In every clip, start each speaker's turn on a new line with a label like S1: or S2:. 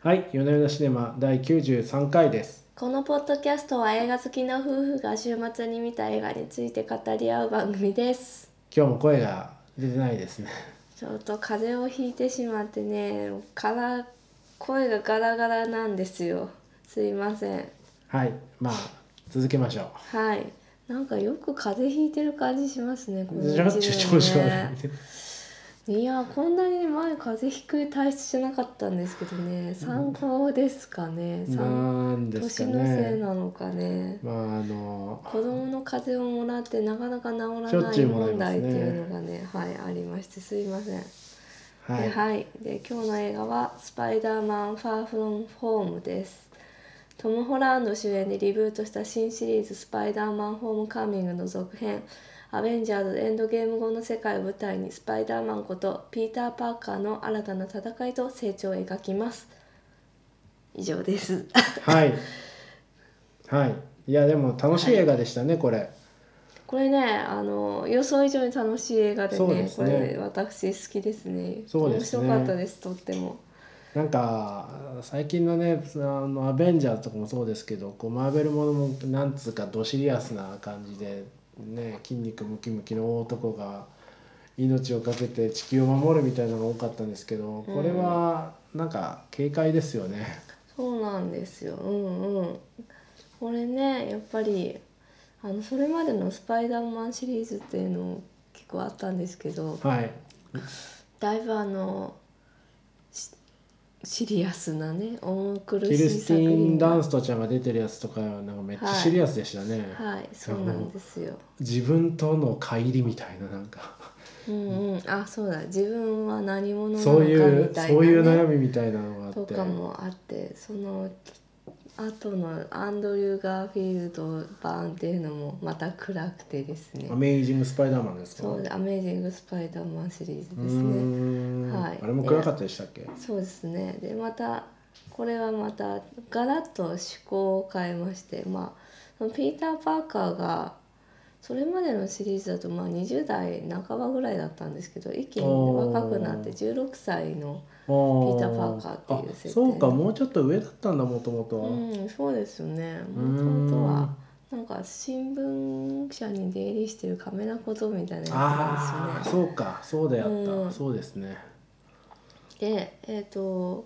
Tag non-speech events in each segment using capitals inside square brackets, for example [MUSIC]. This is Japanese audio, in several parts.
S1: はい、夜な夜なシネマ第93回です。
S2: このポッドキャストは映画好きな夫婦が週末に見た映画について語り合う番組です
S1: 今日も声が出てないですね。 [LAUGHS]
S2: ちょっと風邪をひいてしまってねから声がガラガラなんですよすいません
S1: はい、まあ続けましょ
S2: はいなんかよく風邪ひいてる感じしますねこの
S1: う。ちょっと
S2: 一
S1: 調子
S2: 年
S1: 悪い
S2: ねいやこんなに前風邪ひく体質じゃなかったんですけどね参考ですかね、
S1: ね。
S2: 参
S1: [LAUGHS] なんです
S2: 年
S1: か
S2: のせい
S1: ね。
S2: なのかね
S1: まああの
S2: 子供の風邪をもらってなかなか治ら
S1: しょっ
S2: な
S1: ちゅ
S2: いう
S1: もらいますね
S2: 問題っていうのがねはいありましてすいません。
S1: は
S2: で
S1: い、
S2: はい、で今日の映画は「スパイダーマン・ファー・フロン・ホーム」です。トム・ホランド主演でリブートした新シリーズ「スパイダーマン・ホームカミング」の続編「アベンジャーズ・エンドゲーム」後の世界を舞台にスパイダーマンことピーター・パーカーの新たな戦いと成長を描きます。以上です。
S1: はい、はい。いやでも楽しい映画でしたね、これ。
S2: これねあの予想以上に楽しい映画で
S1: そう
S2: ね
S1: です
S2: こ
S1: ね
S2: れ私好きですね
S1: そうですね
S2: 面白かったですとっても
S1: なんか最近のねあの「アベンジャーズ」とかもそうですけどこうマーベルものもなんつうかドシリアスな感じで、ね、筋肉ムキムキの大男が命を懸けて地球を守るみたいなのが多かったんですけどこれはなんか警戒ですよ
S2: [LAUGHS]
S1: ね。
S2: そうなんですようんうんこれねやっぱりあのそれまでの「スパイダーマン」シリーズっていうの結構あったんですけど
S1: はい、
S2: だいぶあのしシリアスなね重苦
S1: キ
S2: し
S1: ル
S2: い
S1: ス
S2: 作
S1: ティ
S2: 品
S1: ン・
S2: が
S1: ダンストちゃんが出てるやつとかなんかめっちゃシリアスでしたね。
S2: はいそうなんですよ
S1: 自分との乖離みたいななん
S2: [LAUGHS]
S1: か
S2: うんうんあそうだ自分は何者なのか
S1: そう
S2: み
S1: いう、
S2: たいな、ね、
S1: そういう悩みみたいなのがあって。
S2: とかもあってその後のアンドリュー・ガーフィールド版っていうのもまた暗くてですね
S1: アメイジング・スパイダーマンですか
S2: そう「アメージング・スパイダーマン」シリーズ
S1: うー
S2: です
S1: ん
S2: ねはい
S1: あれも暗かったでしたっけ
S2: そうですねでまたこれはまたガラッと趣向を変えましてまあそのピーター・パーカーがそれまでのシリーズだとまあ20代半ばぐらいだったんですけど一気に若くなって16歳の
S1: ピ
S2: ー
S1: ー
S2: ターパーカーっていう設定
S1: そうかもうちょっと上だったんだもともとは、
S2: うん、そうですよね。
S1: うー
S2: もと
S1: ん
S2: もとは、なんか新聞社に出入りしてるカメラ小僧みたいなやつなん
S1: ああ
S2: ですよね。
S1: そうかそうであった、
S2: うん
S1: そうですね
S2: で、えっ、と。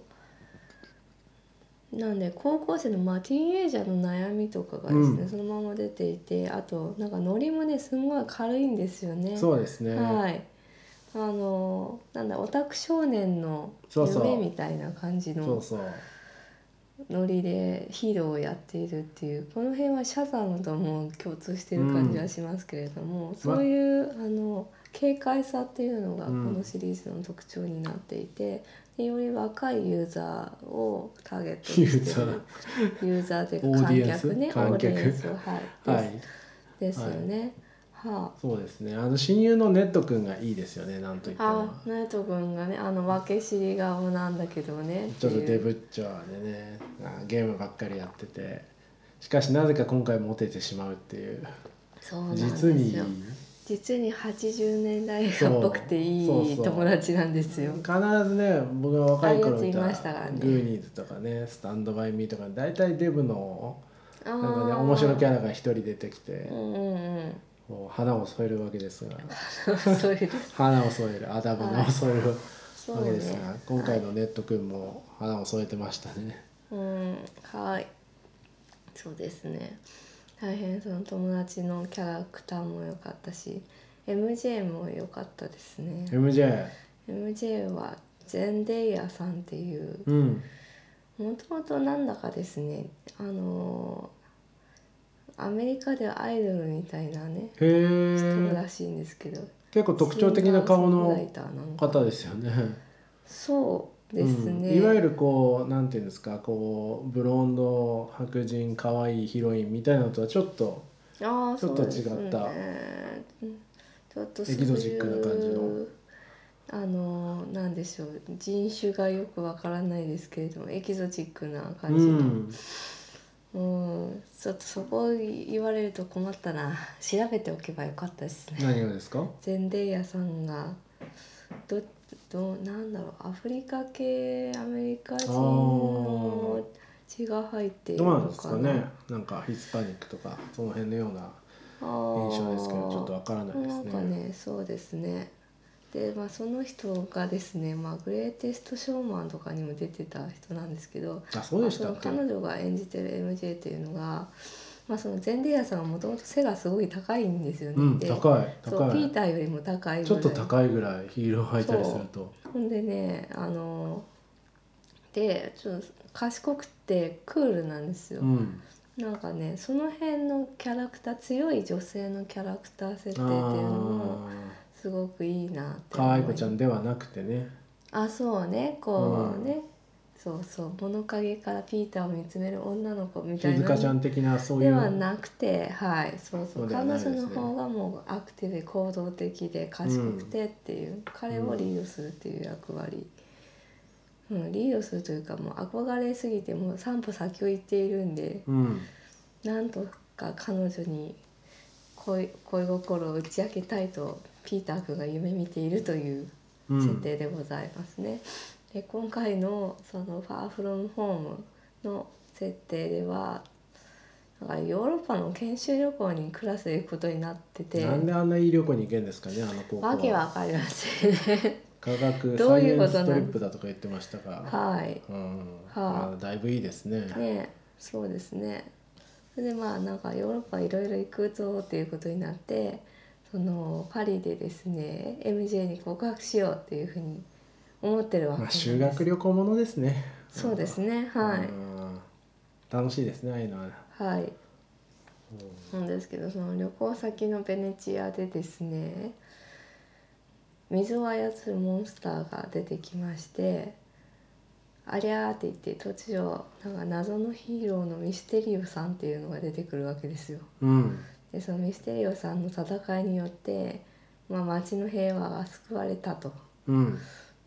S2: なんで高校生のまあティーンエイジャーの悩みとかがですね、
S1: うん
S2: そのまま出ていてあとなんかノリもねすんごい軽いんですよね。
S1: そうですね、
S2: はいあのなんだオタク少年の
S1: そうそう
S2: 夢みたいな感じの
S1: そうそう
S2: ノリでヒーローをやっているっていうこの辺はシャザムとも共通してる感じはしますけれども、そういうあの軽快さっていうのがこ
S1: うん
S2: のシリーズの特徴になっていて、でより若いユーザーをターゲットにしてるユーザーというか
S1: オーディ
S2: 観
S1: エンス
S2: 客ねオ
S1: 観
S2: ー
S1: 客
S2: ディエンスをはい、
S1: は
S2: はい、
S1: い
S2: ですよね。は
S1: そうですねあの親友のネット君がいいですよねなんといっても
S2: あ、あ、ナイト君がね、あの分け知り顔なんだけどね。
S1: ちょっと
S2: ってい
S1: デ
S2: う
S1: ブっちょでねあゲームばっかりやっててしかしなぜか今回モテてしまうっていう
S2: そうなんです
S1: 実
S2: よ
S1: に
S2: 実に80年代映画っぽくてい
S1: そうそう
S2: い
S1: そう
S2: 友達なんですよ。
S1: 必ずね僕が若い頃見た
S2: ああいうやついましたからね
S1: グーニーズ」とかね「スタンドバイ・ミー」とか大体デブの
S2: あ
S1: なんかね面白いキ
S2: ャ
S1: ャラが一人出てきて
S2: うんうん [LAUGHS] うん。
S1: こう花を添えるわけですが
S2: そういう
S1: 花を添えるアダ花を添える
S2: そ
S1: わ
S2: う
S1: け
S2: ね
S1: ですが今回のネット君も花を添えてましたね。
S2: うんはい。そうですね。大変その友達のキャラクターも良かったし、MJ も良かったですね。
S1: MJ
S2: MJ はゼンデイヤさんっていう
S1: うん
S2: もともとなんだかですね、あのーアメリカではアイドルみたいなね
S1: へ
S2: 人
S1: え
S2: らしいんですけど。
S1: 結構特徴的な顔
S2: シンガーソングライ
S1: の
S2: ターなのか
S1: 方ですよね。
S2: そうですね、
S1: うんいわゆるこうなんていうんですかこうブロンド白人可愛いヒロインみたいなのとはちょっと
S2: ああ
S1: ちょっと違った
S2: そうですねちょっとそう
S1: エキゾチックな感じの
S2: いうあのなんでしょう人種がよくわからないですけれどもエキゾチックな感
S1: う
S2: じ
S1: ん、
S2: のうんちょっとそこ言われると困ったな調べておけばよかったですね
S1: 何がですか
S2: ゼンデイヤさんがどどなんだろうアフリカ系アメリカ人
S1: あ
S2: 血が入っている
S1: どうなん
S2: の
S1: です
S2: か
S1: か
S2: な
S1: ねなんかヒスパニックとかその辺のような
S2: 印
S1: 印象ですけどちょっとわからないで
S2: な
S1: す
S2: んかねそうですねで、まあ、その人がですね、まあ、グレイテストショーマンとかにも出てた人なんですけど
S1: あそうでした
S2: まあ
S1: っけ
S2: その彼女が演じてる MJ というのが、まあ、そのゼンディアさんはもともと背がすごい高いんですよね。
S1: うん
S2: で
S1: 高い
S2: そう
S1: 高
S2: ピー
S1: い
S2: ターよりも高いぐらい
S1: ちょっと高いぐらいヒールを履いたりすると
S2: ほんでねあのでちょっと賢くてクールなんですよ
S1: う、ん
S2: なんかねその辺のキャラクター強い女性のキャラクター設定っていうのもすごくいいなって
S1: 可愛い子ちゃん
S2: で
S1: ではなくてね
S2: あそうねこうね、
S1: う
S2: そうそう物陰からピーターを見つめる女の子みたい
S1: 静
S2: な
S1: 香ちゃん的なそうい
S2: では
S1: う
S2: なくてはいそうそう
S1: そうでは
S2: 彼
S1: ない
S2: 女の
S1: ですね
S2: 方がもうアクティブで行動的で賢くてっていう、彼をリードするっていう役割、うん、リードするというかもう憧れすぎてもう三歩先を行っているんで
S1: うん
S2: なんとか彼女に恋恋心を打ち明けたいとピーター君が夢見ているという
S1: うん
S2: 設定でございますね。で今回のその「ファーフロムホームの設定ではなんかヨーロッパの研修旅行にクラスで行くことになってて
S1: なんであんないい旅行に行けんですかねあの高校
S2: わけわかりません
S1: [LAUGHS]
S2: ね。
S1: 科学
S2: どう
S1: サイ
S2: い
S1: エ
S2: うこ
S1: ン
S2: と
S1: ストリッ
S2: な
S1: プだとか言ってましたが、
S2: はい
S1: うん
S2: はあ
S1: まあ、だいぶいいですね
S2: ねそうですねそれでまあなんかヨーロッパいろいろ行くぞっていうことになってそのパリでですね MJ に告白しようっていうふうに思ってるわ
S1: ま
S2: けな
S1: あ、
S2: んです
S1: 修学旅行ものですね
S2: そうですねはい、
S1: うん楽しいですねああいうのは
S2: はい
S1: うん
S2: なんですけどその旅行先のベネチアでですね水を操るモンスターが出てきまして「ありゃ」って言って突如なんか謎のヒーローのミステリオさんっていうのが出てくるわけですよ。
S1: うん
S2: でそのミステリオさんの戦いによって、まあ、町の平和が救われたと。
S1: うん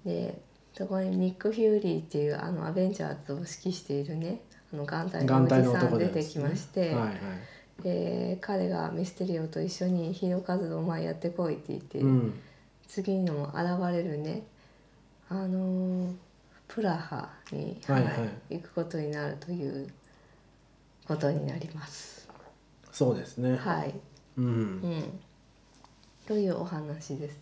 S2: でそこにニック・フューリーっていうあのアベンジャーズを指揮しているねあの眼帯のお
S1: 眼
S2: じ
S1: 帯の
S2: さん
S1: 男
S2: 出
S1: で
S2: てきまして。
S1: はいはい
S2: で彼がミステリオと一緒にヒーロー活動をまあやってこいって言って、
S1: うん
S2: 次にも現れるねあのープラハに、
S1: はいはい
S2: 行くことになるということになります。
S1: そうですね
S2: はい、
S1: う
S2: うんん、というお話です。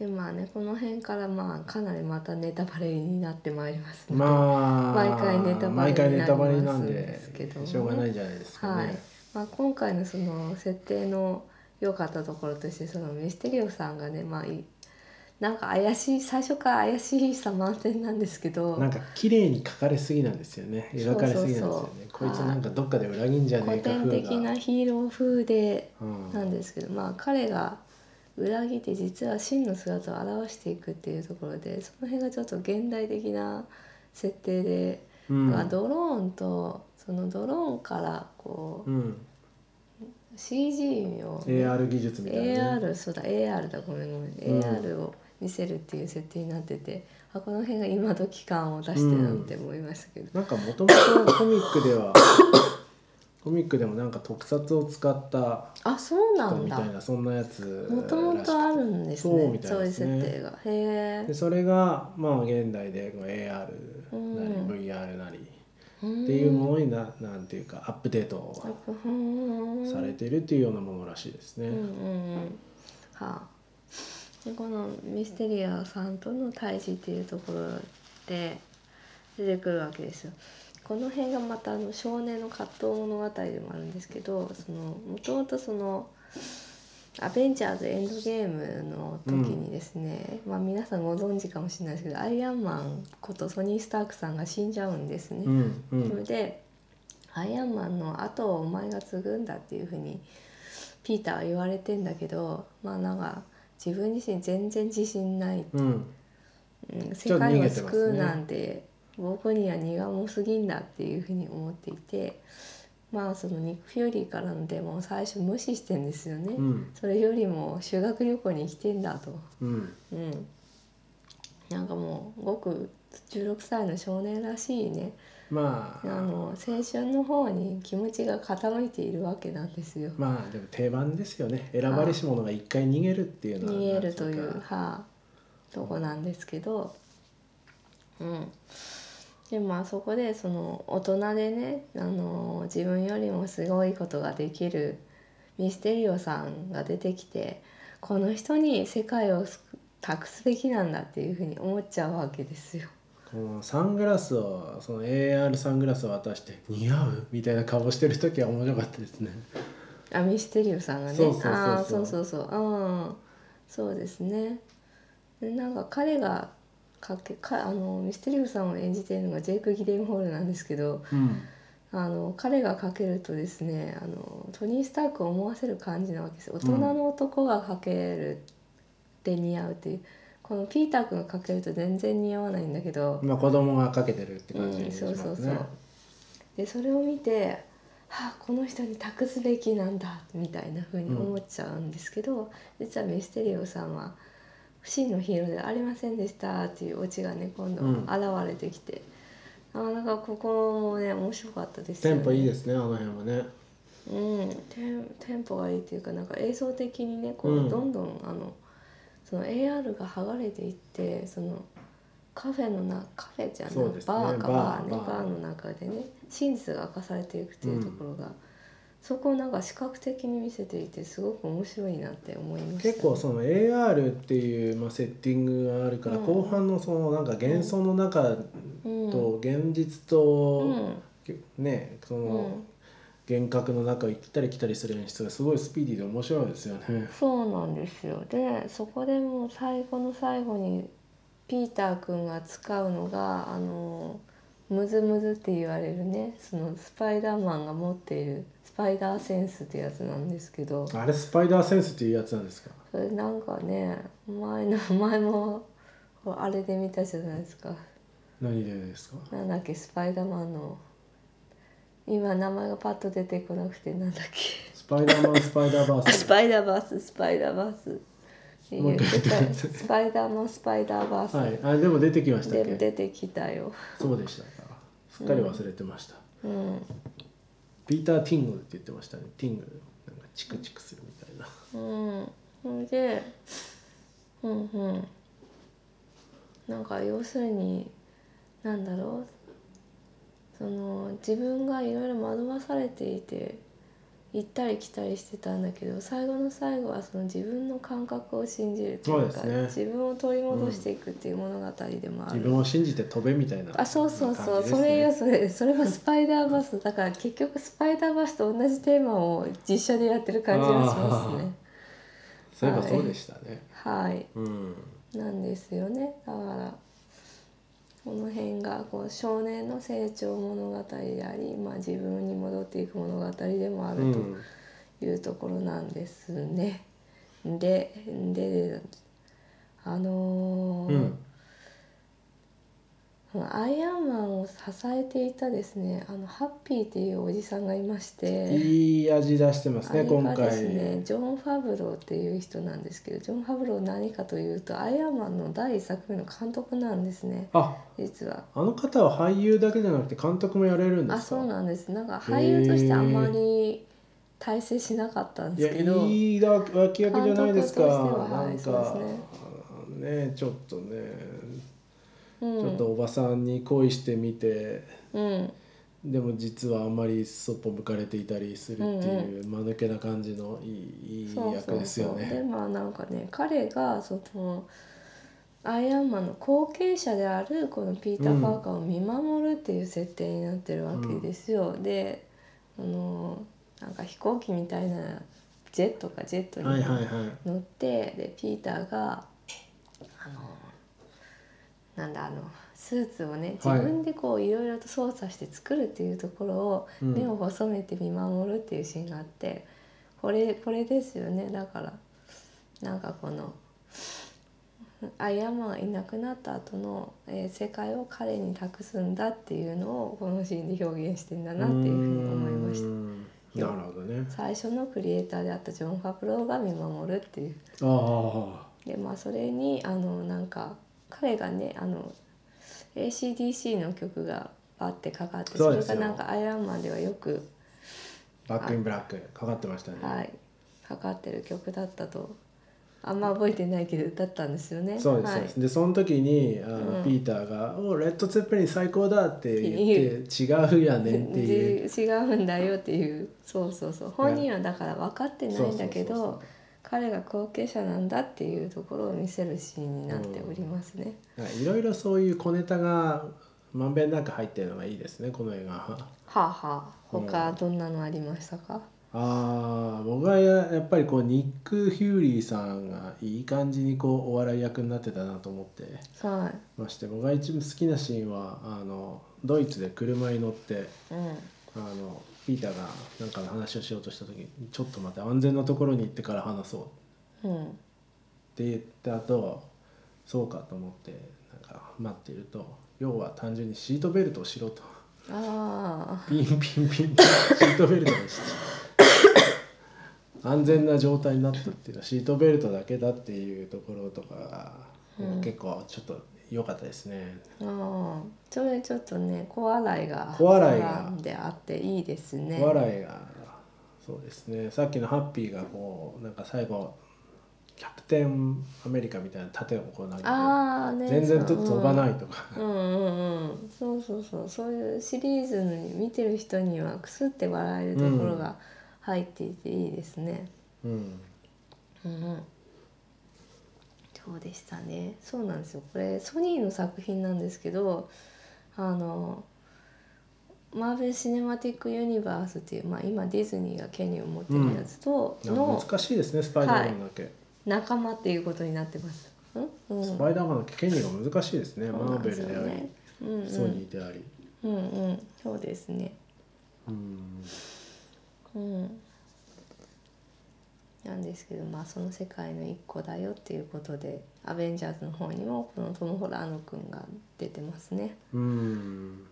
S2: でまあねこの辺からまあかなりまたネタバレになってまいりますので、
S1: まあ
S2: 毎回ネタバレ
S1: 毎回ネタバレ
S2: に
S1: に
S2: な
S1: な
S2: りま
S1: ん
S2: すん
S1: で
S2: ですけどね
S1: しょうがないじゃないですか
S2: は
S1: ね、
S2: いまあ、今回のその設定の良かったところとしてそのミステリオさんがね、まあ、いなんか怪しい最初から怪しいさ満点なんですけど
S1: なんか綺麗に描かれすぎなんですよね描かれすぎなんですよね
S2: そうそうそう
S1: こいつなんかどっかで裏切んじゃね
S2: 古
S1: えか
S2: 典
S1: 風
S2: 的な
S1: が、
S2: ヒーロー風で
S1: うん、
S2: なんですけど、まあ、彼が裏切って実は真の姿を表していくっていうところでその辺がちょっと現代的な設定で、
S1: うん
S2: まあドローンとそのドローンからこう、
S1: うん
S2: CG をね、
S1: AR 技術みたいな、ね、
S2: AR そうだ AR だごめんごめん、
S1: うん
S2: AR を見せるっていう設定になっててあこの辺が今時感を出してるなって思いましたけど、
S1: なんかもともとコミックでは [COUGHS] コミックでもなんか特撮を使った
S2: あそうなん
S1: みた
S2: だ
S1: いなそんなやつ
S2: もともとあるんです
S1: そう
S2: ね
S1: み
S2: そ
S1: た
S2: う
S1: い
S2: いう
S1: です
S2: 設
S1: ね
S2: 定がへ
S1: でそれがまあ現代でこう AR なり
S2: うん
S1: VR なり
S2: え
S1: っていう
S2: の
S1: ものにななんていうかアップデートされているっていうようなものらしいです
S2: う
S1: ね。
S2: んうんうんはあでこのミステリアさんとの対峙っていうところで出てくるわけですよ。この辺がまたあの少年の葛藤物語でもあるんですけどそのもともとその「アベンジャーズエンドゲーム」の時にですね、まあ皆さんご存知かもしれないですけどアイアンマンことソニー・スタークさんが死んじゃうんですね。
S1: うんう
S2: それ
S1: ん
S2: でアイアンマンの後をお前が継ぐんだっていうふうにピーターは言われてんだけどまあなんか自分自身全然自信ない、
S1: うん
S2: うん、
S1: ちょ
S2: 世
S1: っと逃げ
S2: 界
S1: て
S2: を
S1: ますね
S2: 救うなんて僕には荷が重すぎんだっていうふうに思っていてまあそのニック・フューリーからのデモを最初無視してんですよね。
S1: うん
S2: それよりも修学旅行に来てんだと。
S1: うん
S2: うん、なんかもうごく16歳の少年らしいね
S1: ま
S2: あ
S1: あ
S2: の青春の方に気持ちが傾いているわけなんですよ。
S1: まあでも定番ですよね選ばれし者が一回逃げるっていうのは
S2: 逃げるとい
S1: なん
S2: う
S1: てか
S2: はあ、とこなんですけど、うん、でまあそこでその大人でねあの自分よりもすごいことができるミステリオさんが出てきてこの人に世界を救託すべきなんだっていうふうに思っちゃうわけですよ。
S1: このサングラスをその AR サングラスを渡して「似合う?」みたいな顔してる時は面白かったですね。
S2: あミステリオさんがね
S1: そうそうそうそう
S2: あーそうそうそううんそうですねでなんか彼がかけかあのミステリオさんを演じているのがジェイク・ギデンホールなんですけど
S1: うん、
S2: あの彼がかけるとですねあのトニー・スタークを思わせる感じなわけですよ大人の男がかけるで似合うっていう、このピーター君がかけると全然似合わないんだけど、
S1: まあ子供がかけてるって感じ
S2: う
S1: に
S2: ん、
S1: し
S2: そう
S1: ま
S2: そう
S1: す
S2: そう
S1: ね。
S2: でそれを見てはあこの人に託すべきなんだみたいな風に思っちゃうんですけど、実はミステリオさんは「真のヒーローではありませんでした」っていうオチがね今度
S1: うん
S2: 現れてきて、なかなかここもね面白かったです
S1: テ
S2: よ
S1: ン
S2: ね。
S1: ポいいですねあの辺はね。
S2: うん、テンテンポがいいっていうかなんか映像的にねこう、
S1: うん
S2: どんどんあのその AR が剥がれていってそのカフェのなカフェじゃない、
S1: そうですね
S2: バーかバ
S1: バ
S2: ー
S1: ー
S2: ね
S1: バ
S2: バ
S1: ー
S2: ーの中でね真実が明かされていくっていうところが、そこをなんか視覚的に見せていてすごく面白いなって思いました、
S1: 結構その AR っていう、まあ、セッティングがあるから、
S2: うん
S1: 後半のそのなんか幻想の中
S2: うん、
S1: と現実
S2: う
S1: と、
S2: ん
S1: ねそ
S2: うん
S1: の幻覚の中を行ったり来たりする演出がすごいスピーディーで面白いですよね。
S2: そうなんですよでそこでもう最後の最後にピーター君が使うのがあのムズムズって言われるねそのスパイダーマンが持っているスパイダーセンスってやつなんですけど
S1: あれスパイダーセンスっていうやつなんですか
S2: それなんかね前の [LAUGHS] 前もあれで見たじゃないですか
S1: 何でですか
S2: なんだっけスパイダーマンの今名前がパッと出てこなくてなんだっけ
S1: スパイダーマンスパイダーバ
S2: あ
S1: ー
S2: ス
S1: ス
S2: パイダーバーススパイダーバースって言ってた
S1: もう一回言ってください
S2: スパイダーマンスパイダーバース、
S1: はいあでも出てきましたっ
S2: で
S1: け
S2: 出てきたよ、
S1: そうでしたかすっかり忘れてました、
S2: うん
S1: ピーター・ティングルって言ってましたねティングルなんかチクチクするみたいな
S2: うん、それでうんうんなんか要するになんだろうその自分がいろいろ惑わされていて行ったり来たりしてたんだけど最後の最後はその自分の感覚を信じるというか
S1: そうです
S2: 自分を取り戻していくっていう物語でもある、
S1: 自分を信じて飛べみたいな
S2: あそうそうそ
S1: 感じ
S2: う、
S1: です
S2: それよ
S1: ね
S2: それそれはスパイダーバースだから結局スパイダーバースと同じテーマを実写でやってる感じがしますね
S1: そういえばそうでしたね、
S2: はい
S1: うん
S2: なんですよねだからこの辺がこう少年の成長物語であり、まあ、自分に戻っていく物語でもあ
S1: う
S2: ると
S1: ん
S2: いうところなんですね、でであのー
S1: うん
S2: アイアンマンを支えていたですねあのハッピーっていうおじさんがいまして
S1: いい味出してます
S2: あ
S1: ね
S2: れ
S1: 今
S2: がで
S1: 回
S2: すねジョン・ファブローっていう人なんですけどジョン・ファブロー何かというとアイアンマンの第一作目の監督なんですね
S1: あ
S2: 実は。
S1: あの方は俳優だけじゃなくて監督もやれるんですか
S2: あそうなんですなんか
S1: へー
S2: 俳優としてあんまり大成しなかったん
S1: い
S2: です
S1: や
S2: けど
S1: いい脇役じゃないですか
S2: 監督としては
S1: なんか、
S2: はい
S1: ねちょっとね、
S2: う
S1: ちょっと
S2: ん
S1: おばさんに恋してみて
S2: うん
S1: でも実はあんまりそっぽ向かれていたりするっていう間抜けな感じのいい,、いい役ですよ
S2: で
S1: ね。
S2: まあなんかね彼がそのアイアンマンの後継者であるこのピータ
S1: う
S2: ー・
S1: ん
S2: パーカーを見守るっていう設定になってるわけですよ。であのなんか飛行機みたいなジェットかジェットに
S1: はいはいはい。
S2: 乗って、でピーターがあのなんだあのスーツをね自
S1: はい
S2: 分でこういろいろと操作して作るっていうところを
S1: うん
S2: 目を細めて見守るっていうシーンがあって、これこれですよねだからなんかこのアイアンマンがいなくなった後の、えー世界を彼に託すんだっていうのをこのシーンで表現してんだなっていうふうに思いました。
S1: た。なるほどね。
S2: 最初のクリエイターであったジョン・ファブローが見守るっていう
S1: あ
S2: でまあそれにあのなんか彼がねあの ACDC の曲がバッてかかって
S1: そ
S2: そう
S1: で
S2: れ
S1: すよ
S2: がなんかアイアンマンではよく、
S1: あ、バックインブラックかかってましたね。
S2: はい、かかってる曲だったとあんま覚えてないけど歌ったんですよね。
S1: そうです、
S2: は
S1: そう
S2: い
S1: ですでその時にあの、
S2: うん
S1: ピーターが「おレッド・ツェッペリン最高だ」って言って「違うやねん」っていう。
S2: じ違うんだよっていうそうそうそう本人はだから分かってないんだけど
S1: そうそうそうそう
S2: 彼が後継者なんだっていうところを見せるシーンになっておりますね。
S1: なんかいろいろそういう小ネタがまんべんなく入ってるのがいいですねこの映画。
S2: はあ、はあ、他どんなのありましたか、
S1: あー僕はややっぱりこうニック・ヒューリーさんがいい感じにこうお笑い役になってたなと思って
S2: は
S1: まして僕が一番好きなシーンはあのドイツで車に乗って
S2: い、うん、
S1: あのピーターが何かの話をしようとした時に「ちょっと待って安全なところに行ってから話そう」
S2: うん、
S1: って言った後そうかと思ってなんか待っていると要は単純にシートベルトをしろと
S2: あ
S1: ピンピンピンピンシートベルトにして安全な状態になったっていうのはシートベルトだけだっていうところとかが、
S2: うん
S1: 結構ちょっと良かったですね。
S2: ーあーそれちょっとね小笑いが
S1: 小笑いが
S2: 絡んであっていいですね。
S1: お笑いがそうですねさっきのハッピーがこうなんか最後キャプテンアメリカみたいな盾をこう投げて
S2: ああね
S1: 全然と
S2: そう
S1: 飛ばないとか、
S2: うんうんうん、そうそうそうそういうシリーズに見てる人にはくすって笑えるところが入っていていいですね。
S1: うん、
S2: うんうん、そうでしたねそうなんですよこれソニーの作品なんですけどあのマーベル・シネマティック・ユニバースっていう、まあ、今ディズニーが権利を持ってるやつと
S1: なんか
S2: の
S1: 難しいですねスパイダーマンだけ、
S2: 仲間っていうことになってます。うんうん
S1: スパイダーマンだけ権利が難しいですね、
S2: そう
S1: マ
S2: な
S1: ー
S2: ん
S1: ベ
S2: です
S1: ル
S2: よ
S1: であり
S2: ね、うんうん
S1: ソニーであり
S2: うんうん、そうですね。
S1: うん
S2: うん、なんですけど、まあ、その世界の一個だよっていうことで「アベンジャーズ」の方にもこのトム・ホラーノ君が出てますね。
S1: うん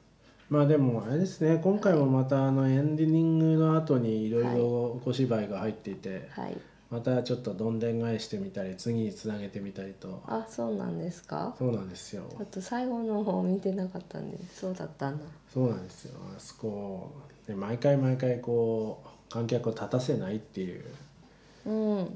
S1: まあでもあれですね今回もまたあのエンディングの後にいろいろ小芝居が入っていて、
S2: はい、
S1: またちょっとどんでん返してみたり次につなげてみたりと
S2: あそうなんですか
S1: そうなんですよ
S2: ちょっと最後の方見てなかったんでそうだったんだ。
S1: そうなんですよあそこで毎回毎回こう観客を立たせないっていう
S2: うん
S1: 工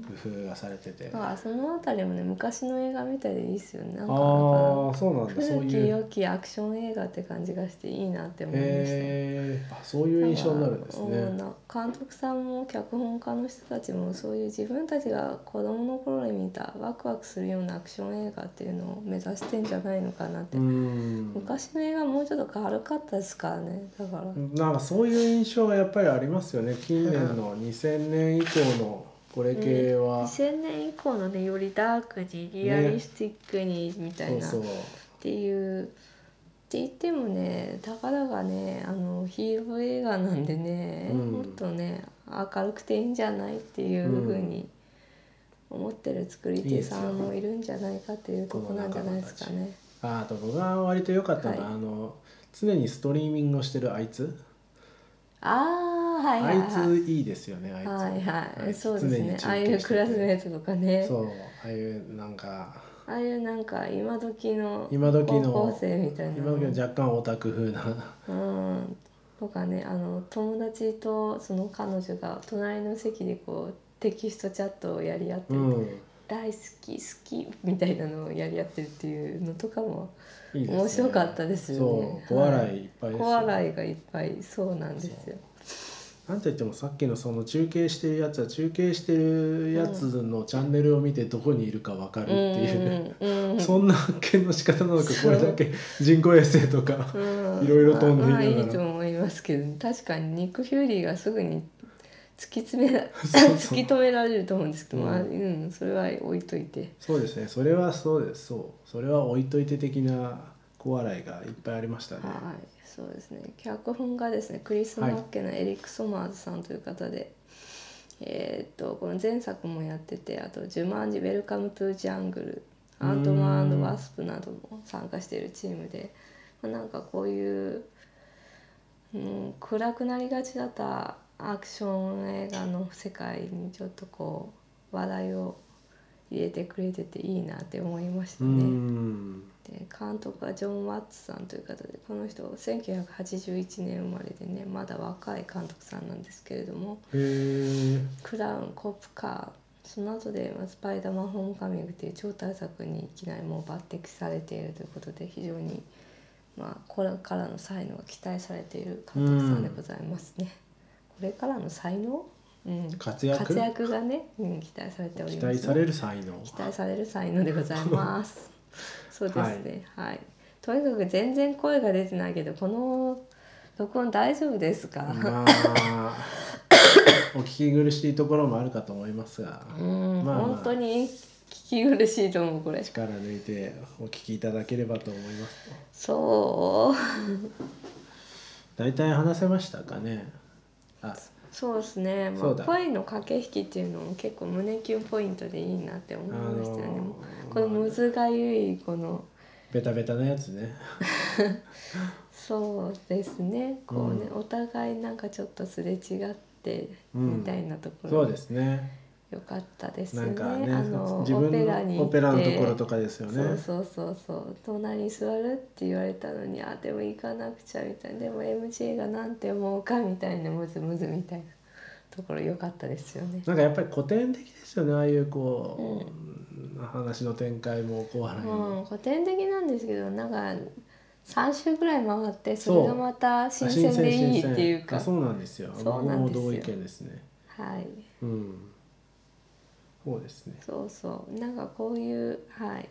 S1: 夫がされてて
S2: まあ、そのあたりもね昔の映画みたいでいいですよねなんか
S1: ああそうなんだそう
S2: 古き
S1: い
S2: 良
S1: う
S2: きアクション映画って感じがしていいなって思いました、
S1: へえあそういう印象になるんです
S2: う
S1: ね
S2: な監督さんも脚本家の人たちもそういう自分たちが子供の頃に見たワクワクするようなアクション映画っていうのを目指してんじゃないのかなって、
S1: うん
S2: 昔の映画もうちょっと軽かったですからねだから、
S1: なんかそういう印象がやっぱりありますよね近年の2000年以降のこれ系は、そ
S2: 2000年以降のねよりダークにリアリスティックにみたいな、
S1: うそう
S2: っていうって言ってもねたかだがねあのヒーロー映画なんでね、
S1: うん
S2: もっとね明るくていいんじゃないっていうふうに思ってる作り手さんもいるんじゃないかっていうとこなんじゃないですかね。
S1: ああと僕が割と良かったのは、
S2: はい
S1: あの常にストリーミングをしてるあいつ、
S2: ああはいはい
S1: あ
S2: はい
S1: いついいですよねあいつ、
S2: はいは
S1: あい
S2: い
S1: つ
S2: そうですねああいうクラスメートとかね
S1: そうああいうなんか
S2: ああいうなんか今時の
S1: 今時
S2: 高
S1: の
S2: 校生みたいな
S1: 今時の若干オタク風な
S2: うんとかねあの友達とその彼女が隣の席でこうテキストチャットをやり合って
S1: う
S2: る、
S1: ん
S2: 大好き好きみたいなのをやり合ってるっていうのとかも
S1: いいですね
S2: 面白かったですよね
S1: そう小笑いいっぱいですよ
S2: 小笑いがいっぱいそうなんですよ。
S1: なんといってもさっきのその中継してるやつは中継してるやつのチャンネルを見てどこにいるかわかるっ
S2: う
S1: て
S2: ん
S1: いう、
S2: うんうん
S1: そんな発見の仕方なのかこ
S2: そう
S1: れだけ人工衛星とか
S2: うん
S1: いろいろ飛んでいながら
S2: まあまあいいと思いますけど確かにニック・ヒューリーがすぐに突き詰めら
S1: そう
S2: 突き止められると思うんですけど、まあ
S1: う
S2: うんん、それは置いといて。
S1: そうですねそれはそうですそうそれは置いといて的な小笑いがいっぱいありましたね
S2: はい、そうですね。脚本がですね、クリス・マッケのエリック・ソマーズさんという方で、えーっとこの前作もやってて、あとジュマンジ・ウェルカム・トゥ・ジャングル、アントマンワスプなども参加しているチームで、まあ、なんかこういう、うん、暗くなりがちだったアクション映画の世界にちょっとこう話題を入れてくれてていいなって思いました
S1: う
S2: ね。
S1: ん
S2: で監督はジョン・ワッツさんという方でこの人1981年生まれでねまだ若い監督さんなんですけれども
S1: へえ
S2: 「クラウン・コップカー」その後でまあ「スパイダーマンホームカミング」っていう超大作にいきなりもう抜擢されているということで非常にまあこれからの才能が期待されている監督さんでございますね。これからの才能、うん、
S1: 活躍
S2: 活躍がね、うん、期待されており
S1: 期
S2: ます、
S1: 待される才能
S2: 期待される才能でござい
S1: [LAUGHS]
S2: ます。そうですね。はい、とにかく全然声が出てないけど、この録音大丈夫ですか。
S1: ま
S2: [LAUGHS]
S1: あお聞き苦しいところもあるかと思いますが
S2: うん、
S1: まあまあ
S2: 本当に聞き苦しいと思う、これ。
S1: 力抜いてお聞きいただければと思います
S2: そう。
S1: 大体話せましたかねあ
S2: そうですね。ま
S1: そ
S2: あ、
S1: うだ
S2: 声の駆け引きっていうのも結構胸キュンポイントでいいなって思いましたよね。
S1: あのー
S2: このむずがゆいこの。
S1: ベタベタなやつね
S2: そうですね。こうね、お互いなんかちょっとすれ違って。
S1: うん
S2: みたいなところ。
S1: そうですね
S2: よかったですね。
S1: なんかね
S2: あの
S1: 自分
S2: オペラに
S1: の
S2: 行
S1: オ
S2: って
S1: ペラのところとかですよね
S2: そうそうそうそう隣に座るって言われたのにあでも行かなくちゃみたいなでも MJ がなんて思うかみたいなムズムズみたいなところよかったですよね。
S1: なんかやっぱり古典的ですよねああいうこう、話の展開も小
S2: う
S1: 笑いも、
S2: ん、古典的なんですけどなんか3週ぐらい回ってそれがまた新鮮でいいっていう
S1: あ
S2: か
S1: そうなんですよ
S2: そうなんです
S1: 僕
S2: よ
S1: も同意見ですね
S2: はい
S1: うんそうですね
S2: そうそうなんかこういうはい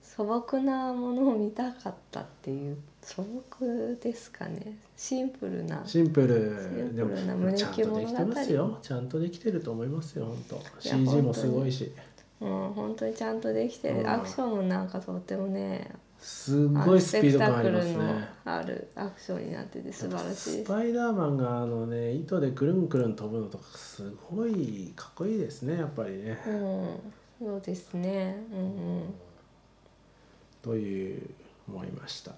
S2: 素朴なものを見たかったっていう素朴ですかねシンプルな
S1: シンプルで
S2: シンプルな胸
S1: もちゃん
S2: キュン
S1: とで
S2: 物語
S1: きてますよちゃんとできてると思いますよ本当
S2: いや
S1: CG もすごいし
S2: うん本当にちゃんとできて
S1: うん
S2: るアクションもなんかとってもね
S1: す
S2: あの
S1: ごいスピード感あります
S2: スペクタクルの
S1: ね
S2: あるアクションになってて素晴らしい
S1: ス
S2: です
S1: パイダーマンがあのね糸でくるんくるん飛ぶのとかすごいかっこいいですねやっぱりね、
S2: うんそうですねうん
S1: という思いました。
S2: うん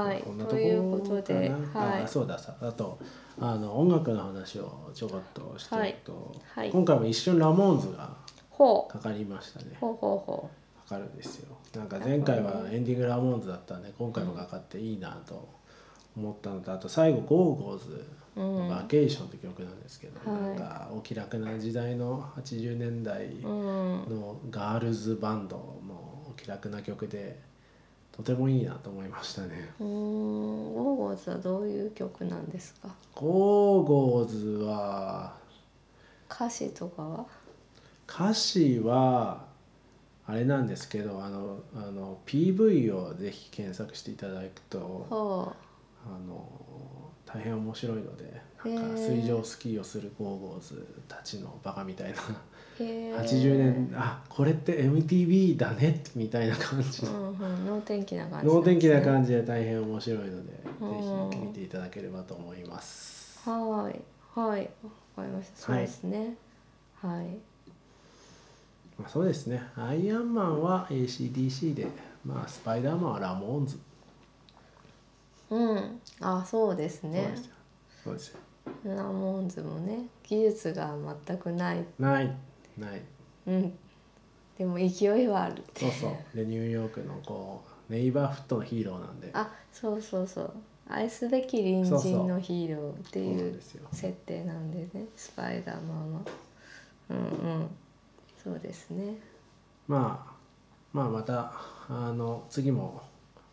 S2: はい
S1: こんなと
S2: と
S1: こ
S2: いうことで
S1: かな
S2: は
S1: あ
S2: い
S1: そうださあとあの音楽の話をちょこっとしておくと、
S2: はいはい
S1: 今回も一瞬ラモーンズが
S2: ほう
S1: かかりましたね
S2: ほうほうほ
S1: かかるんですよなんか前回はエンディングラモーンズだったんで今回もかかっていいなと思ったのとあと最後「ゴーゴーズ」
S2: う
S1: の「
S2: ん
S1: バケーション」って曲なんですけど、
S2: はい
S1: なんかお気楽な時代の80年代、
S2: うん
S1: のガールズバンドのお気楽な曲でとてもいいなと思いましたね。
S2: うーんゴーゴーズはどういう曲なんですか
S1: ゴーゴーズは
S2: 歌詞とかは
S1: 歌詞はあれなんですけどあのあの PV をぜひ検索していただくと
S2: ほ
S1: あの大変面白いのでなん
S2: へ
S1: か
S2: ー
S1: 水上スキーをするゴーゴーズたちのバカみたいな
S2: うへえ
S1: 80年あこれって MTV だねみたいな感じ
S2: う
S1: の
S2: んうん能天気な感じ
S1: 能天気な
S2: じ
S1: 感じで大変面白いので、
S2: うん
S1: ぜひ見ていただければと思います。
S2: はいはいわかりましたそうですねはい、
S1: まあ、そうですね。アイアンマンは ACDC で、まあスパイダーマンはラモーンズ。
S2: うんあそうです
S1: そう
S2: ね
S1: ですよ。そうですよ。
S2: ラモーンズもね技術が全くない
S1: ないない。
S2: うんでも勢いはあるって
S1: そうそう。でニューヨークのこうネイバーフットのヒーローなんで。
S2: あそうそうそう愛すべき隣人のヒーローって
S1: そうないん
S2: う
S1: ですよ。
S2: 設定なんでねスパイダーマンはうんうんそうですね
S1: まあまあまたあの次も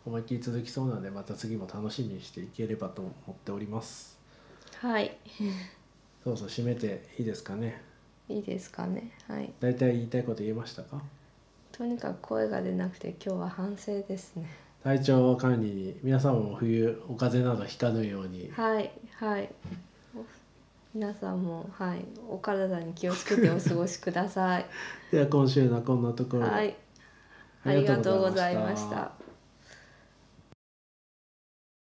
S1: 思いっきり続きそうなんで、また次も楽しみにしていければと思っております。
S2: はい
S1: そうそう締めていいですかね。
S2: いいですかねはい
S1: だいたい言いたいこと言えましたか？
S2: とにかく声が出なくて今日は反省ですね
S1: 体調管理に皆さんも冬お風邪などひかぬように
S2: はいはい。皆さんもはいお体に気をつけてお過ごし [LAUGHS] ください。
S1: では今週のこんなところで
S2: はい。ありがとうございました。